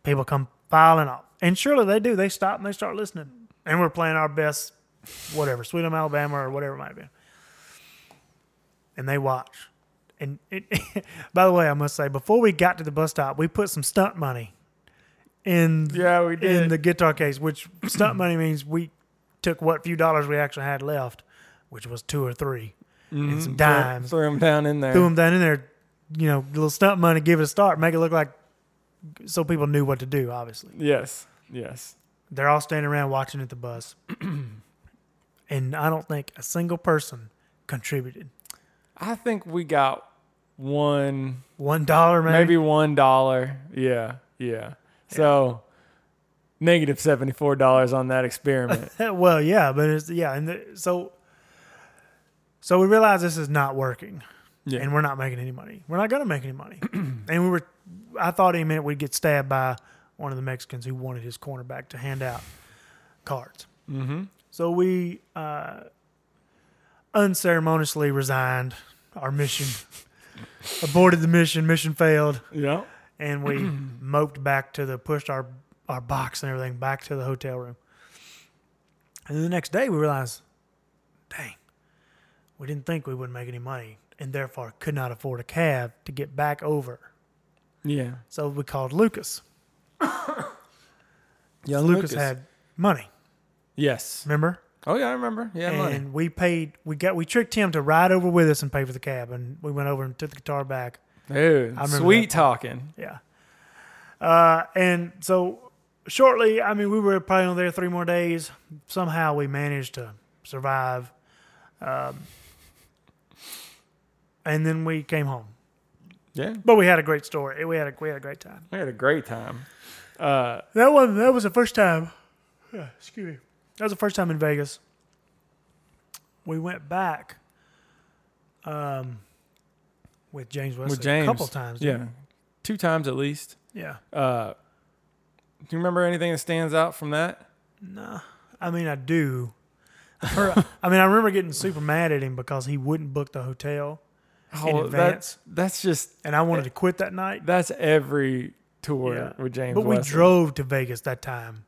People come piling off. And surely they do. They stop and they start listening. And we're playing our best, whatever, Sweet Home Alabama or whatever it might be. And they watch. And it, by the way, I must say, before we got to the bus stop, we put some stunt money in Yeah, we in did. the guitar case, which stunt money means we took what few dollars we actually had left, which was two or three, Mm-hmm. and some dimes Threw them down in there. threw them down in there, you know, little stunt money, give it a start, make it look like so people knew what to do, obviously. Yes. Yes. They're all standing around watching at the bus. and I don't think a single person contributed. I think we got one, One dollar maybe. maybe one dollar. Yeah. Yeah. So negative seventy-four dollars on that experiment. well, yeah, but it's yeah, and the, so so we realized this is not working. Yeah. And we're not making any money. We're not gonna make any money. and we were I thought any minute we'd get stabbed by one of the Mexicans who wanted his cornerback to hand out cards. mm-hmm. So we uh, unceremoniously resigned our mission, aborted the mission, mission failed, Yeah. and we moped back to the pushed our our box and everything back to the hotel room. And then the next day we realized, dang, we didn't think we would make any money, and therefore could not afford a cab to get back over. Yeah. So we called Lucas. Yeah. Lucas, had money. Yes. Remember? Oh yeah, I remember. Yeah. money. and we paid we got we tricked him to ride over with us and pay for the cab and we went over and took the guitar back Dude, I remember sweet that. talking. yeah uh, and so shortly i mean we were probably only there three more days somehow we managed to survive um, and then we came home Yeah. but we had a great story we had a we had a great time We had a great time. Uh, that was that was the first time yeah, excuse me that was the first time in vegas we went back um with James Wesley James, a couple times. yeah. didn't Two times at least. we? Yeah. Uh, do you remember anything that stands out from that? Nah. I mean, I do. I heard- I mean, I remember getting super mad at him because he wouldn't book the hotel in advance, that's Oh, that's just and I wanted to quit that night. that's every tour Yeah. with James. But we Wesley. drove to Vegas that time.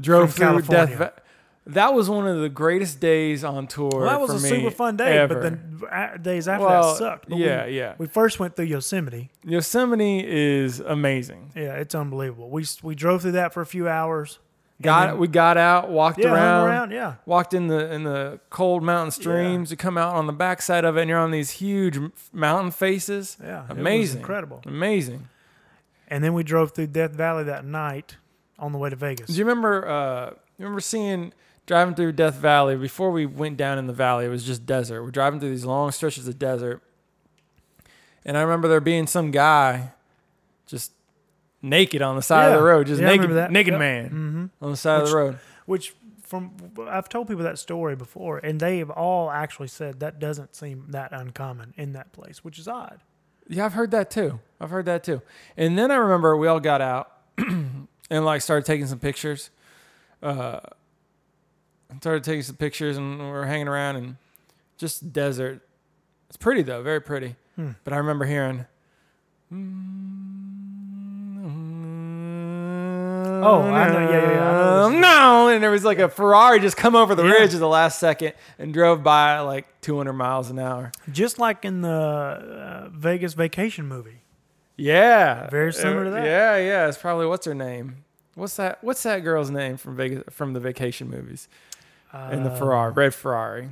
drove from through Death California. Va- that was one of the greatest days on tour. Well, that was for a me super fun day, ever. but then uh, days after Well, that sucked. But yeah, we, yeah. we first went through Yosemite. Yosemite is amazing. Yeah, it's unbelievable. We we drove through that for a few hours. Got then- we got out, walked Yeah, around, hung around. Yeah, walked in the in the cold mountain streams. You come out on the backside of it, and you're on these huge m- mountain faces. yeah, it was amazing, incredible. amazing. And then we drove through Death Valley that night on the way to Vegas. Do you remember? Uh, you remember seeing driving through Death Valley before we went down in the valley? It was just desert. We're driving through these long stretches of desert, and I remember there being some guy just naked on the side of Yeah. the road, just Yeah, I naked, remember that. naked Yep. man hmm on the side of the Which- road. Which, from I've told people that story before, and they have all actually said that doesn't seem that uncommon in that place, which is odd. Yeah, I've heard that too. I've heard that too. And then I remember we all got out and like started taking some pictures. Uh, and started taking some pictures and we were hanging around and just desert. It's pretty though, very pretty. Hmm. But I remember hearing. Oh, I know. Yeah, yeah, yeah. I know this. No, and there was like a Ferrari just come over the Yeah. ridge at the last second and drove by at like 200 miles an hour. Just like in the uh, Vegas vacation movie. Yeah, Very similar to that. Yeah, yeah. It's probably what's her name? What's that? What's that girl's name from Vegas from the vacation movies Uh, and the Ferrari, red Ferrari?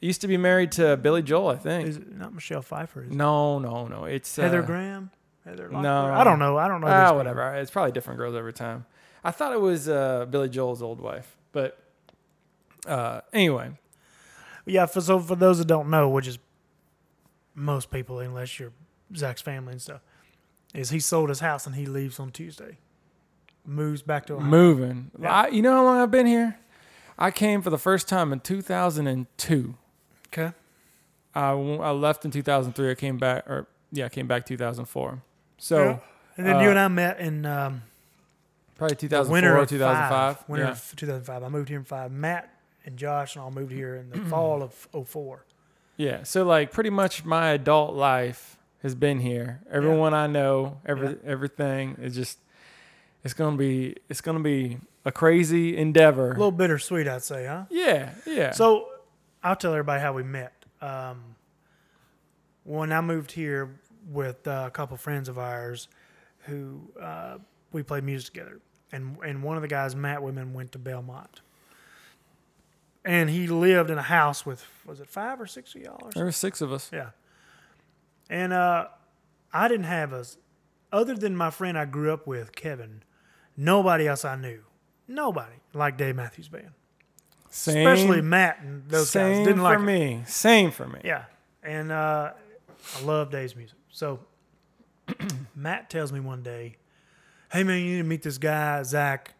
Used to be married to Billy Joel, I think. Is it not Michelle Pfeiffer? Is it no, no, no. It's Heather uh, Graham? Heather no. Locklear? I don't know. I don't know. these Ah, people. whatever. It's probably different girls every time. I thought it was uh, Billy Joel's old wife, but uh, anyway, Yeah, for, so for those that don't know, which is most people, unless you're Zach's family and stuff, is he sold his house and he leaves on Tuesday. moves back to Ohio. Moving. Yeah. I, you know how long I've been here? I came for the first time in 2002. Okay. I, w- I left in 2003. I came back, or yeah, I came back 2004. So Yeah. and then you uh, and I met in um, probably the 2004, winter of 2005. Five, winter yeah. of 2005. I moved here in five. Matt and Josh and all moved here in the fall of 04. yeah. So like pretty much my adult life has been here. Everyone I know, every Yeah. everything is just. It's gonna be. It's gonna be a crazy endeavor. A little bittersweet, I'd say, huh? yeah. Yeah. So I'll tell everybody how we met. Um, when I moved here with uh, a couple friends of ours who uh, we played music together, and and one of the guys, Matt Women, went to Belmont, and he lived in a house with was it five or six of y'all? Or something? there were six of us. Yeah. And uh, I didn't have a, other than my friend I grew up with, Kevin, nobody else I knew. Nobody like Dave Matthews Band. Same. Especially Matt and those same guys. Didn't for like it. me. Same for me. Yeah. And uh, I love Dave's music. So Matt tells me one day, hey, man, you need to meet this guy, Zach.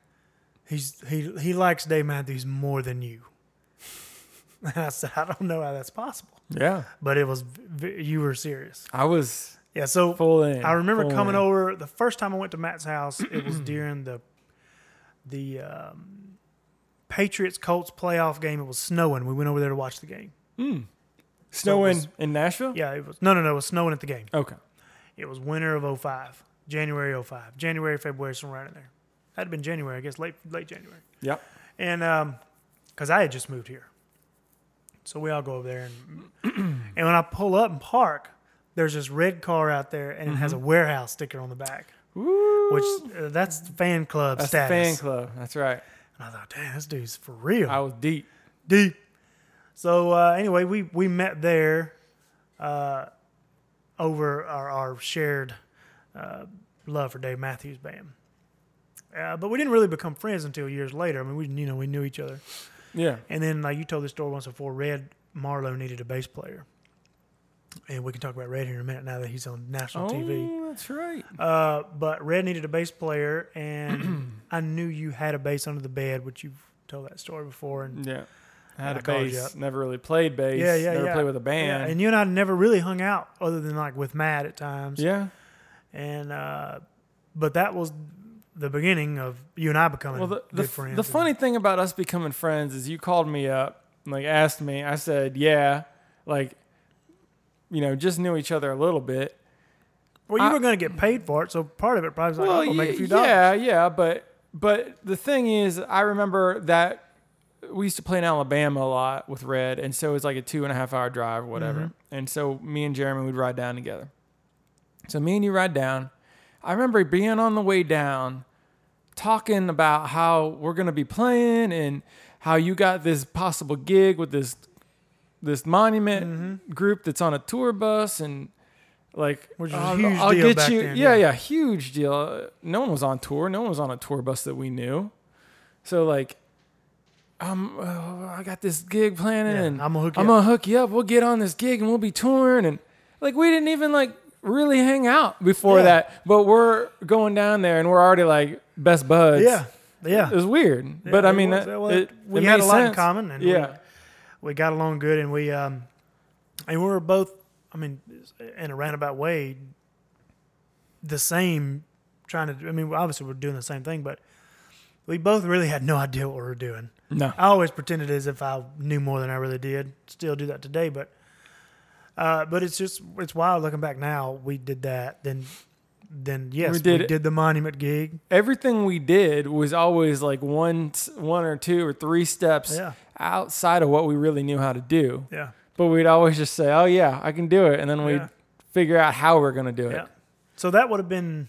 He's, he, he likes Dave Matthews more than you. And I said, I don't know how that's possible. Yeah. But it was, v- v- you were serious. I was Yeah, so full in. I remember full coming in. over the first time I went to Matt's house. It was during the the um, Patriots Colts playoff game. It was snowing. We went over there to watch the game. Snowing was- in Nashville? Yeah, it was no, no, no. It was snowing at the game. Okay. It was winter of 05, January 05, January, February, somewhere right in there. That'd been January, I guess, late late January. Yep. and um, because I had just moved here, so we all go over there, and and when I pull up and park, there's this red car out there, and it has Mm-hmm. a warehouse sticker on the back, which uh, that's the fan club That's the status. fan club. That's right. And I thought, damn, this dude's for real, I was deep. deep. So uh, anyway, we we met there, uh, over our, our shared uh, love for Dave Matthews Band. Uh, but we didn't really become friends until years later. I mean, we you know we knew each other. Yeah. And then, like you told this story once before, Red Marlowe needed a bass player, and we can talk about Red here in a minute now that he's on national TV. Oh, that's right. Uh, but Red needed a bass player, and I knew you had a bass under the bed, which you've told that story before. And Yeah. I had I a called you bass. up. Never really played bass. yeah, yeah, Never yeah. played with a Yeah, band. and you and I never really hung out other than like with Matt at times. Yeah. And uh, but that was the beginning of you and I becoming Well, the, good the, friends. the and- funny thing about us becoming friends is you called me up and like asked me. I said, yeah. Like, you know, just knew each other a little bit. well, you I- were going to get paid for it, so part of it probably was like, oh, I'll make a ye- few dollars. yeah, yeah, but but the thing is, I remember that we used to play in Alabama a lot with Red, and so it was like a two and a half hour drive, whatever. Mm-hmm. And so me and Jeremy would ride down together. So me and you ride down. I remember being on the way down, talking about how we're gonna be playing and how you got this possible gig with this this monument group that's on a tour bus and like Mm-hmm. Which was a I'll- huge I'll deal get back you then, yeah yeah. yeah huge deal Uh, no one was on tour no one was on a tour bus that we knew so like um, uh, I got this gig planning Yeah, and I'ma hook you I'm up. gonna hook you up we'll get on this gig and we'll be touring and like we didn't even like really hang out before Yeah. that but we're going down there and we're already like best buds yeah, yeah. it was weird but I it mean was. that- Well, it- we it had made a lot in sense. common, and we- yeah we got along good and we um and we were both i mean in a roundabout way the same trying to i mean obviously we're doing the same thing but we both really had no idea what we were doing no i always pretended as if i knew more than i really did still do that today but uh but it's just it's wild looking back now we did that then then yes we We did, did it. the monument gig everything we did was always like one one or two or three steps Yeah. outside of what we really knew how to do yeah but we'd always just say oh yeah i can do it and then we'd Yeah. figure out how we're going to do it Yeah. So that would have been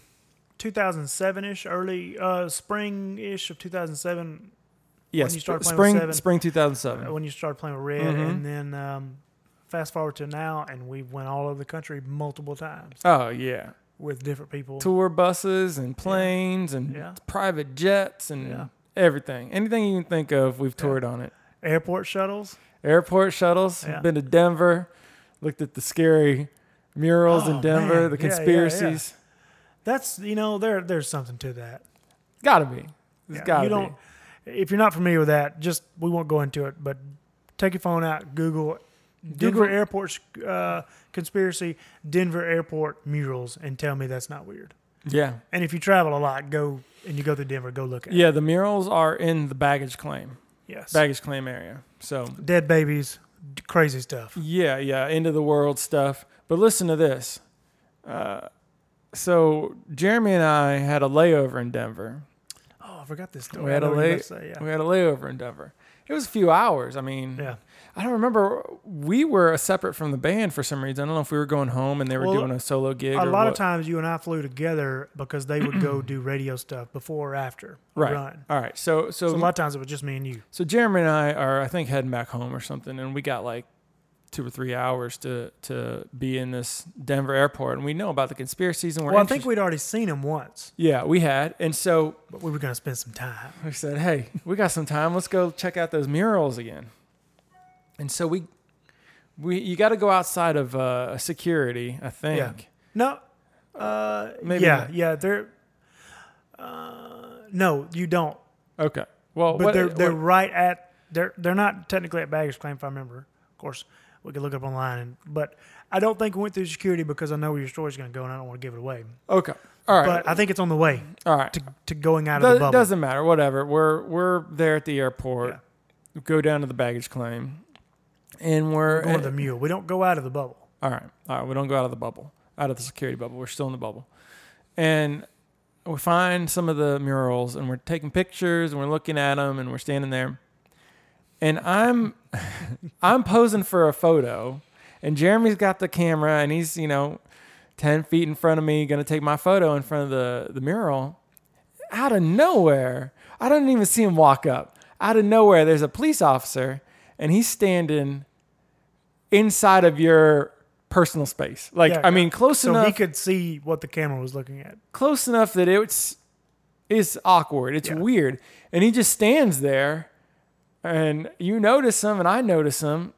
2007 ish, early uh, spring ish of 2007 yes When you started playing with spring Seven. spring 2007 uh, when you started playing with Red, Mhm. and then um, fast forward to now, and we went all over the country multiple times oh yeah with different people. tour buses and planes and Yeah. private jets and Yeah. everything anything you can think of we've toured on it Airport shuttles. airport shuttles Yeah. been to denver looked at the scary murals Oh, in denver man. the Yeah, yeah, yeah. conspiracies That's you know there there's something to that. Gotta be. It's Yeah, gotta you be. don't. If you're not familiar with that, just we won't go into it. But take your phone out, Google Denver Google- Airport uh, conspiracy, Denver Airport murals, and tell me that's not weird. Yeah. And if you travel a lot, go and you go to Denver, go look at. it. Yeah, the murals are in the baggage claim. Yes. Baggage claim area. So Dead babies, d- crazy stuff. Yeah, yeah, end of the world stuff. But listen to this. Uh, so Jeremy and I had a layover in Denver. Oh, I forgot this story. We had I a know what you're lay- about to say, We had a layover in Denver. It was a few hours. I mean, Yeah. yeah. I don't remember. We were separate from the band for some reason. I don't know if we were going home and they were Well, doing a solo gig. A or lot what. of times you and I flew together because they would go do radio stuff before or after a right? run. All right. So, so, So a lot of times it was just me and you. So Jeremy and I are, I think, heading back home or something, and we got like two or three hours to to be in this Denver airport, and we know about the conspiracies, and we're Well, I interested- think we'd already seen him once, yeah, we had, and so but we were going to spend some time. we said, hey, we got some time, let's go check out those murals again, and so we we you got to go outside of uh, security, I think. Yeah. No. Uh, Maybe yeah, not. yeah. They're uh, no, you don't. Okay. Well, But what- they're they're what- right at they're they're not technically at baggage claim if I remember. Of course, we could look up online. And, but I don't think we went through security because I know where your story's going to go, and I don't want to give it away. okay. All right. But I think it's on the way All right. to, to going out of Does- the bubble. doesn't matter. Whatever. We're we're there at the airport. Go down to the baggage claim, and we're, We're going to the mule. We don't go out of the bubble. all right. All right. We don't go out of the bubble, out of the security bubble. We're still in the bubble, and we find some of the murals, and we're taking pictures, and we're looking at them, and we're standing there, and I'm I'm posing for a photo, and Jeremy's got the camera, and he's you know. 10 feet in front of me, gonna take my photo in front of the, the mural out of nowhere, I didn't even see him walk up. Out of nowhere, there's a police officer and he's standing inside of your personal space. Like, Yeah, I mean, close So he enough, could see what the camera was looking at. close enough that it's it's awkward. It's Yeah. weird. And he just stands there and you notice him and I notice him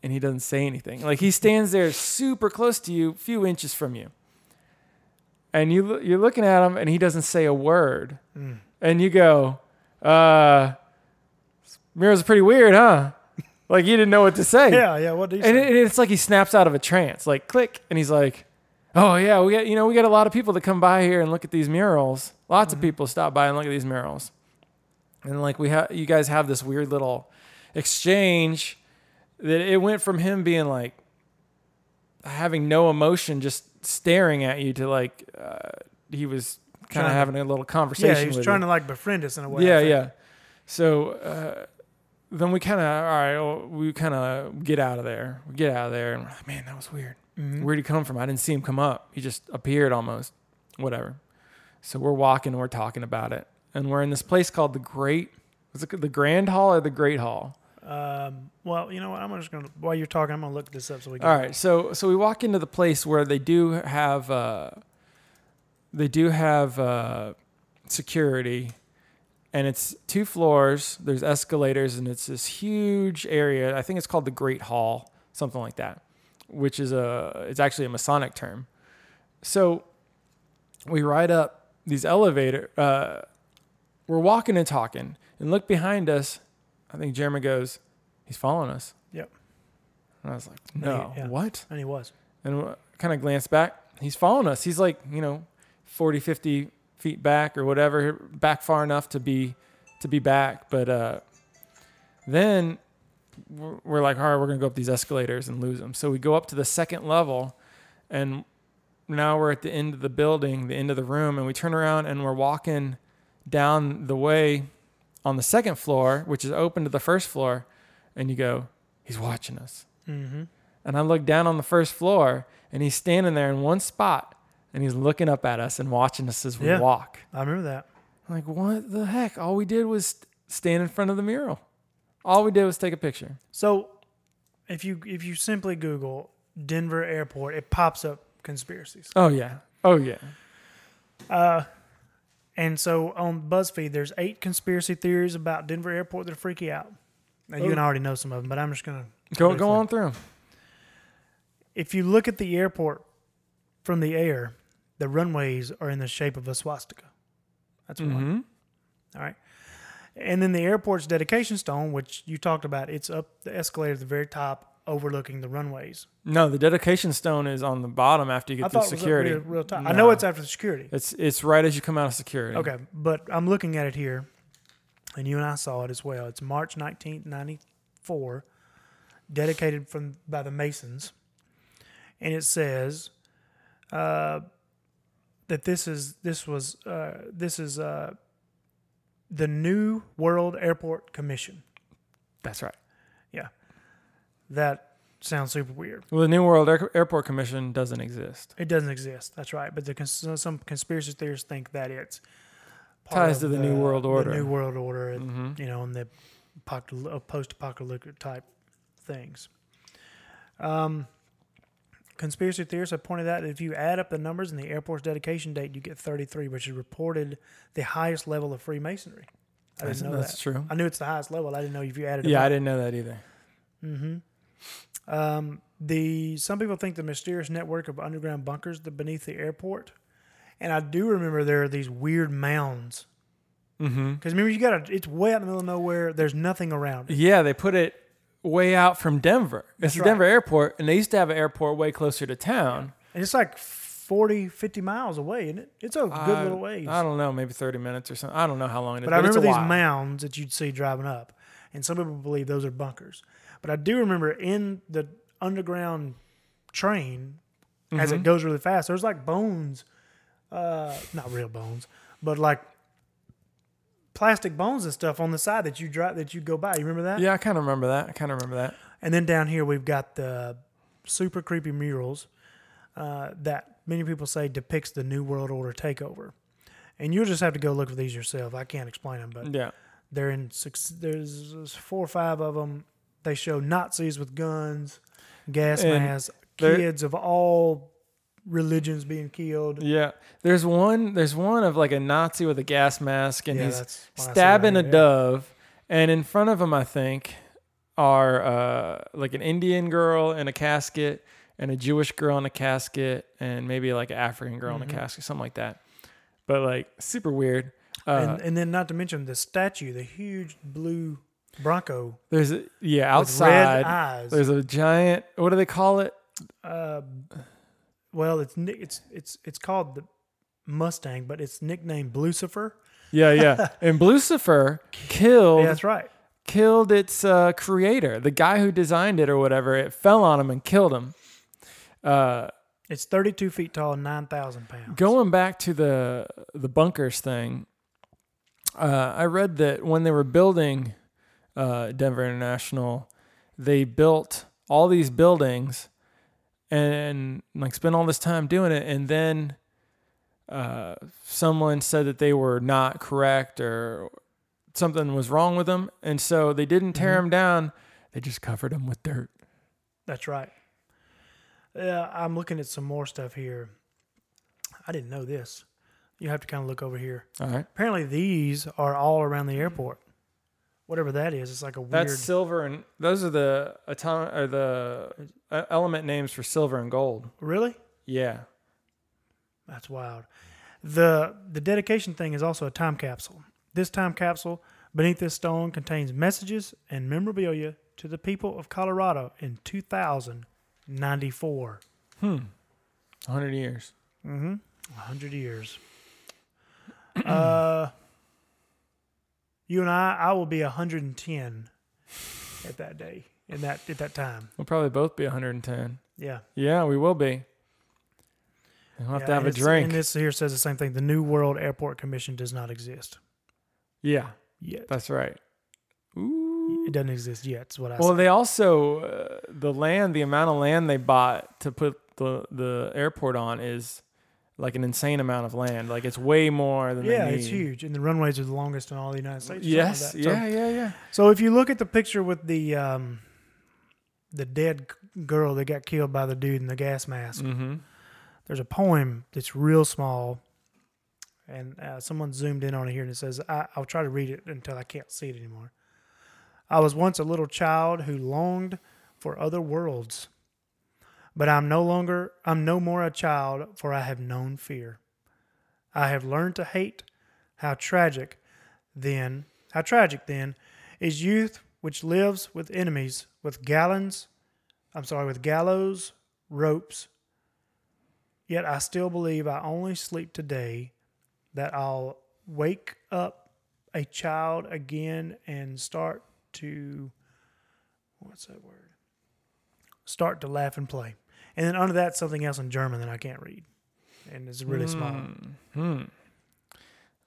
and he doesn't say anything. Like he stands there super close to you, few inches from you. And you lo- you're looking at him and he doesn't say a word. Mm. And you go, uh Mira's pretty weird, huh? Like you didn't know what to say. Yeah, yeah. What do you And, say? it, and it's like he snaps out of a trance, like click, and he's like, "Oh yeah, we got you know we got a lot of people that come by here and look at these murals. Lots Mm-hmm. of people stop by and look at these murals, and like we have you guys have this weird little exchange that it went from him being like having no emotion, just staring at you, to like uh, he was kind Trying of to- having a little conversation. yeah, he was with trying you. to like befriend us in a way. I Yeah, think. yeah. So uh, then we kind of all right. Well, we kind of get out of there. We get out of there, and we're like, man, that was weird. Mm-hmm. Where'd he come from? I didn't see him come up. He just appeared almost. Whatever. So we're walking and we're talking about it, and we're in this place called the Great. Is it the Grand Hall or the Great Hall? Mm-hmm. Um, well, you know what? I'm just gonna while you're talking, I'm gonna look this up so we can. All right, so so we walk into the place where they do have uh, they do have uh, security, and it's two floors. There's escalators, and it's this huge area. I think it's called the Great Hall, something like that, which is a it's actually a Masonic term. So we ride up these elevator. Uh, we're walking and talking, and look behind us. I think Jeremy goes, "He's following us." Yep. And I was like, he- "No, yeah. what?" And he was. and kind of glanced back. He's following us. He's like, you know, 40, 50 feet back or whatever, back far enough to be to be back. But uh, then we're, we're like, all right, we're gonna go up these escalators and lose them. So we go up to the second level, and now we're at the end of the building, the end of the room, and we turn around and we're walking down the way on the second floor, which is open to the first floor, and you go, he's watching us. Mm-hmm. And I look down on the first floor and he's standing there in one spot and he's looking up at us and watching us as we Yeah. walk. I remember that. I'm like, what the heck? All we did was st- stand in front of the mural. All we did was take a picture. So, if you if you simply Google Denver Airport, it pops up conspiracies. Oh, yeah. Oh, yeah. Uh, and so on BuzzFeed, there's eight conspiracy theories about Denver Airport that freak you out. Now you and I already know some of them, but I'm just gonna Go, briefly. go on through 'em. If you look at the airport from the air, the runways are in the shape of a swastika. That's one. Mhm. All right. And then the airport's dedication stone, which you talked about, it's up the escalator at the very top, overlooking the runways. No, the dedication stone is on the bottom after you get I through thought security. it was up real, real top. I No. know it's after the security. It's it's right as you come out of security. Okay, but I'm looking at it here, and you and I saw it as well. It's March 1994, dedicated from by the Masons, and it says uh, that this is this was uh, this is uh, the New World Airport Commission. That's right. Yeah, that sounds super weird. Well, the New World Air- Airport Commission doesn't exist. It doesn't exist. That's right. But the cons- some conspiracy theorists think that it's Ties of to the New World Order. the New World Order, and, Mhm. you know, and the apocal- uh, post-apocalyptic type things. Um, conspiracy theorists have pointed out that if you add up the numbers and the airport's dedication date, you get 33, which is reported the highest level of Freemasonry. I That's, didn't know that's that. true. I knew it's the highest level. I didn't know if you added. Yeah, up. I didn't know that either. Um, the some people think the mysterious network of underground bunkers that beneath the airport, and I do remember there are these weird mounds. Mm-hmm. Because remember, you got to it's way out in the middle of nowhere. There's nothing around. It. Yeah, they put it way out from Denver. It's the right. Denver airport, and they used to have an airport way closer to town. And it's like 40, 50 miles away, isn't it? It's a good I- little ways. I don't know, maybe 30 minutes or something. I don't know how long it is. but I remember it's a these while. mounds that you'd see driving up, and some people believe those are bunkers. But I do remember in the underground train, as Mm-hmm. it goes really fast, there's like bones, uh, not real bones, but like plastic bones and stuff on the side that you drive that you go by. You remember that? Yeah, I kind of remember that. I kind of remember that. And then down here we've got the super creepy murals uh, that many people say depicts the New World Order takeover. And you'll just have to go look for these yourself. I can't explain them, but Yeah. they're in six. There's four or five of them. They show Nazis with guns, gas And masks, they're- kids of all religions being killed. Yeah. There's one there's one of like a Nazi with a gas mask and Yeah, he's that's what I said stabbing right here, a yeah. dove and in front of him I think are uh, like an Indian girl in a casket and a Jewish girl in a casket and maybe like an African girl Mm-hmm. in a casket something like that. But like super weird. Uh, and, and then, not to mention the statue, the huge blue Bronco there's a, yeah with red outside eyes. there's a giant what do they call it? Uh, well, it's ni- it's it's it's called the Mustang, but it's nicknamed Lucifer. Yeah, yeah. and Lucifer killed Yeah, that's right. killed its uh, creator, the guy who designed it or whatever. It fell on him and killed him. Uh, It's 32 feet tall and 9,000 pounds. going back to the the bunkers thing, uh, I read that when they were building uh, Denver International, they built all these buildings and like spent all this time doing it, and then uh, someone said that they were not correct or something was wrong with them, and so they didn't tear them down. They just covered them with dirt. That's right. Yeah, I'm looking at some more stuff here. I didn't know this. You have to kind of look over here. All right, Apparently, these are all around the airport. Whatever that is, it's like a weird. that's silver and those are the atom or the uh, element names for silver and gold. really? Yeah. That's wild. The the dedication thing is also a time capsule. This time capsule beneath this stone contains messages and memorabilia to the people of Colorado in 2094. Hmm. 100 years. Mm-hmm. 100 years. uh, you and I, I will be 110 at that day, in that at that time. We'll probably both be 110. Yeah. Yeah, we will be. We'll have Yeah, to have and a it's- drink. And this here says the same thing. The New World Airport Commission does not exist yeah, yet. that's right. Ooh. It doesn't exist yet. Is what I Well, said. they also, uh, the land, the amount of land they bought to put the, the airport on is like an insane amount of land. Like it's way more than Yeah, they need. it's huge, and the runways are the longest in all the United States. or something like Yes. that. So- yeah, yeah, yeah. So if you look at the picture with the um, the dead g- girl that got killed by the dude in the gas mask, Mm-hmm. there's a poem that's real small, and uh, someone zoomed in on it here, and it says, I, "I'll try to read it until I can't see it anymore." I was once a little child who longed for other worlds, but I'm no longer I'm no more a child, for I have known fear. I have learned to hate. How tragic! then, how tragic then, is youth which lives with enemies, with gallons, I'm sorry, with gallows, ropes. Yet I still believe I only sleep today that I'll wake up a child again and start to, what's that word? Start to laugh and play. And then under that, something else in German that I can't read. And it's really small. Hmm.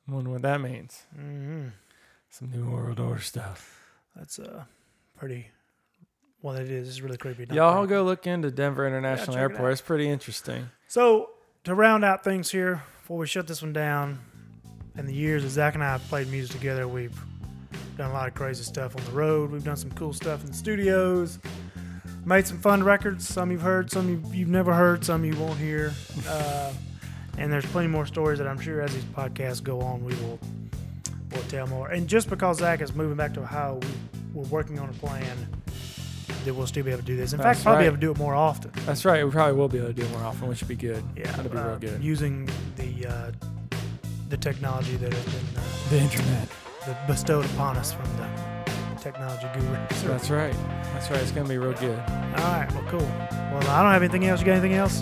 I wonder what that means. hmm Some New World Order stuff. That's uh, pretty. Well, it is. It's really creepy. not Y'all pretty. go look into Denver International check it Airport. out. It's pretty interesting. So to round out things here before we shut this one down, in the years that Zach and I have played music together, we've done a lot of crazy stuff on the road. We've done some cool stuff in the studios. Made some fun records. Some you've heard, some you've, you've never heard, some you won't hear. Uh, and there's plenty more stories that I'm sure as these podcasts go on, we will we'll tell more. And just because Zach is moving back to Ohio, we, we're working on a plan that we'll still be able to do this. In That's fact, probably right. be able to do it more often. That's right. We probably will be able to do it more often, which would be good. That'd be uh, real good. Using the uh, the technology that has been uh, the internet. that bestowed upon us from the technology guru. That's right. That's right. It's gonna be real good. All right. Well, cool. Well, I don't have anything else. You got anything else?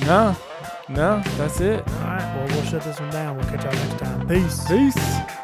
No, no, that's it. All right. Well, we'll shut this one down. We'll catch y'all next time. Peace. Peace.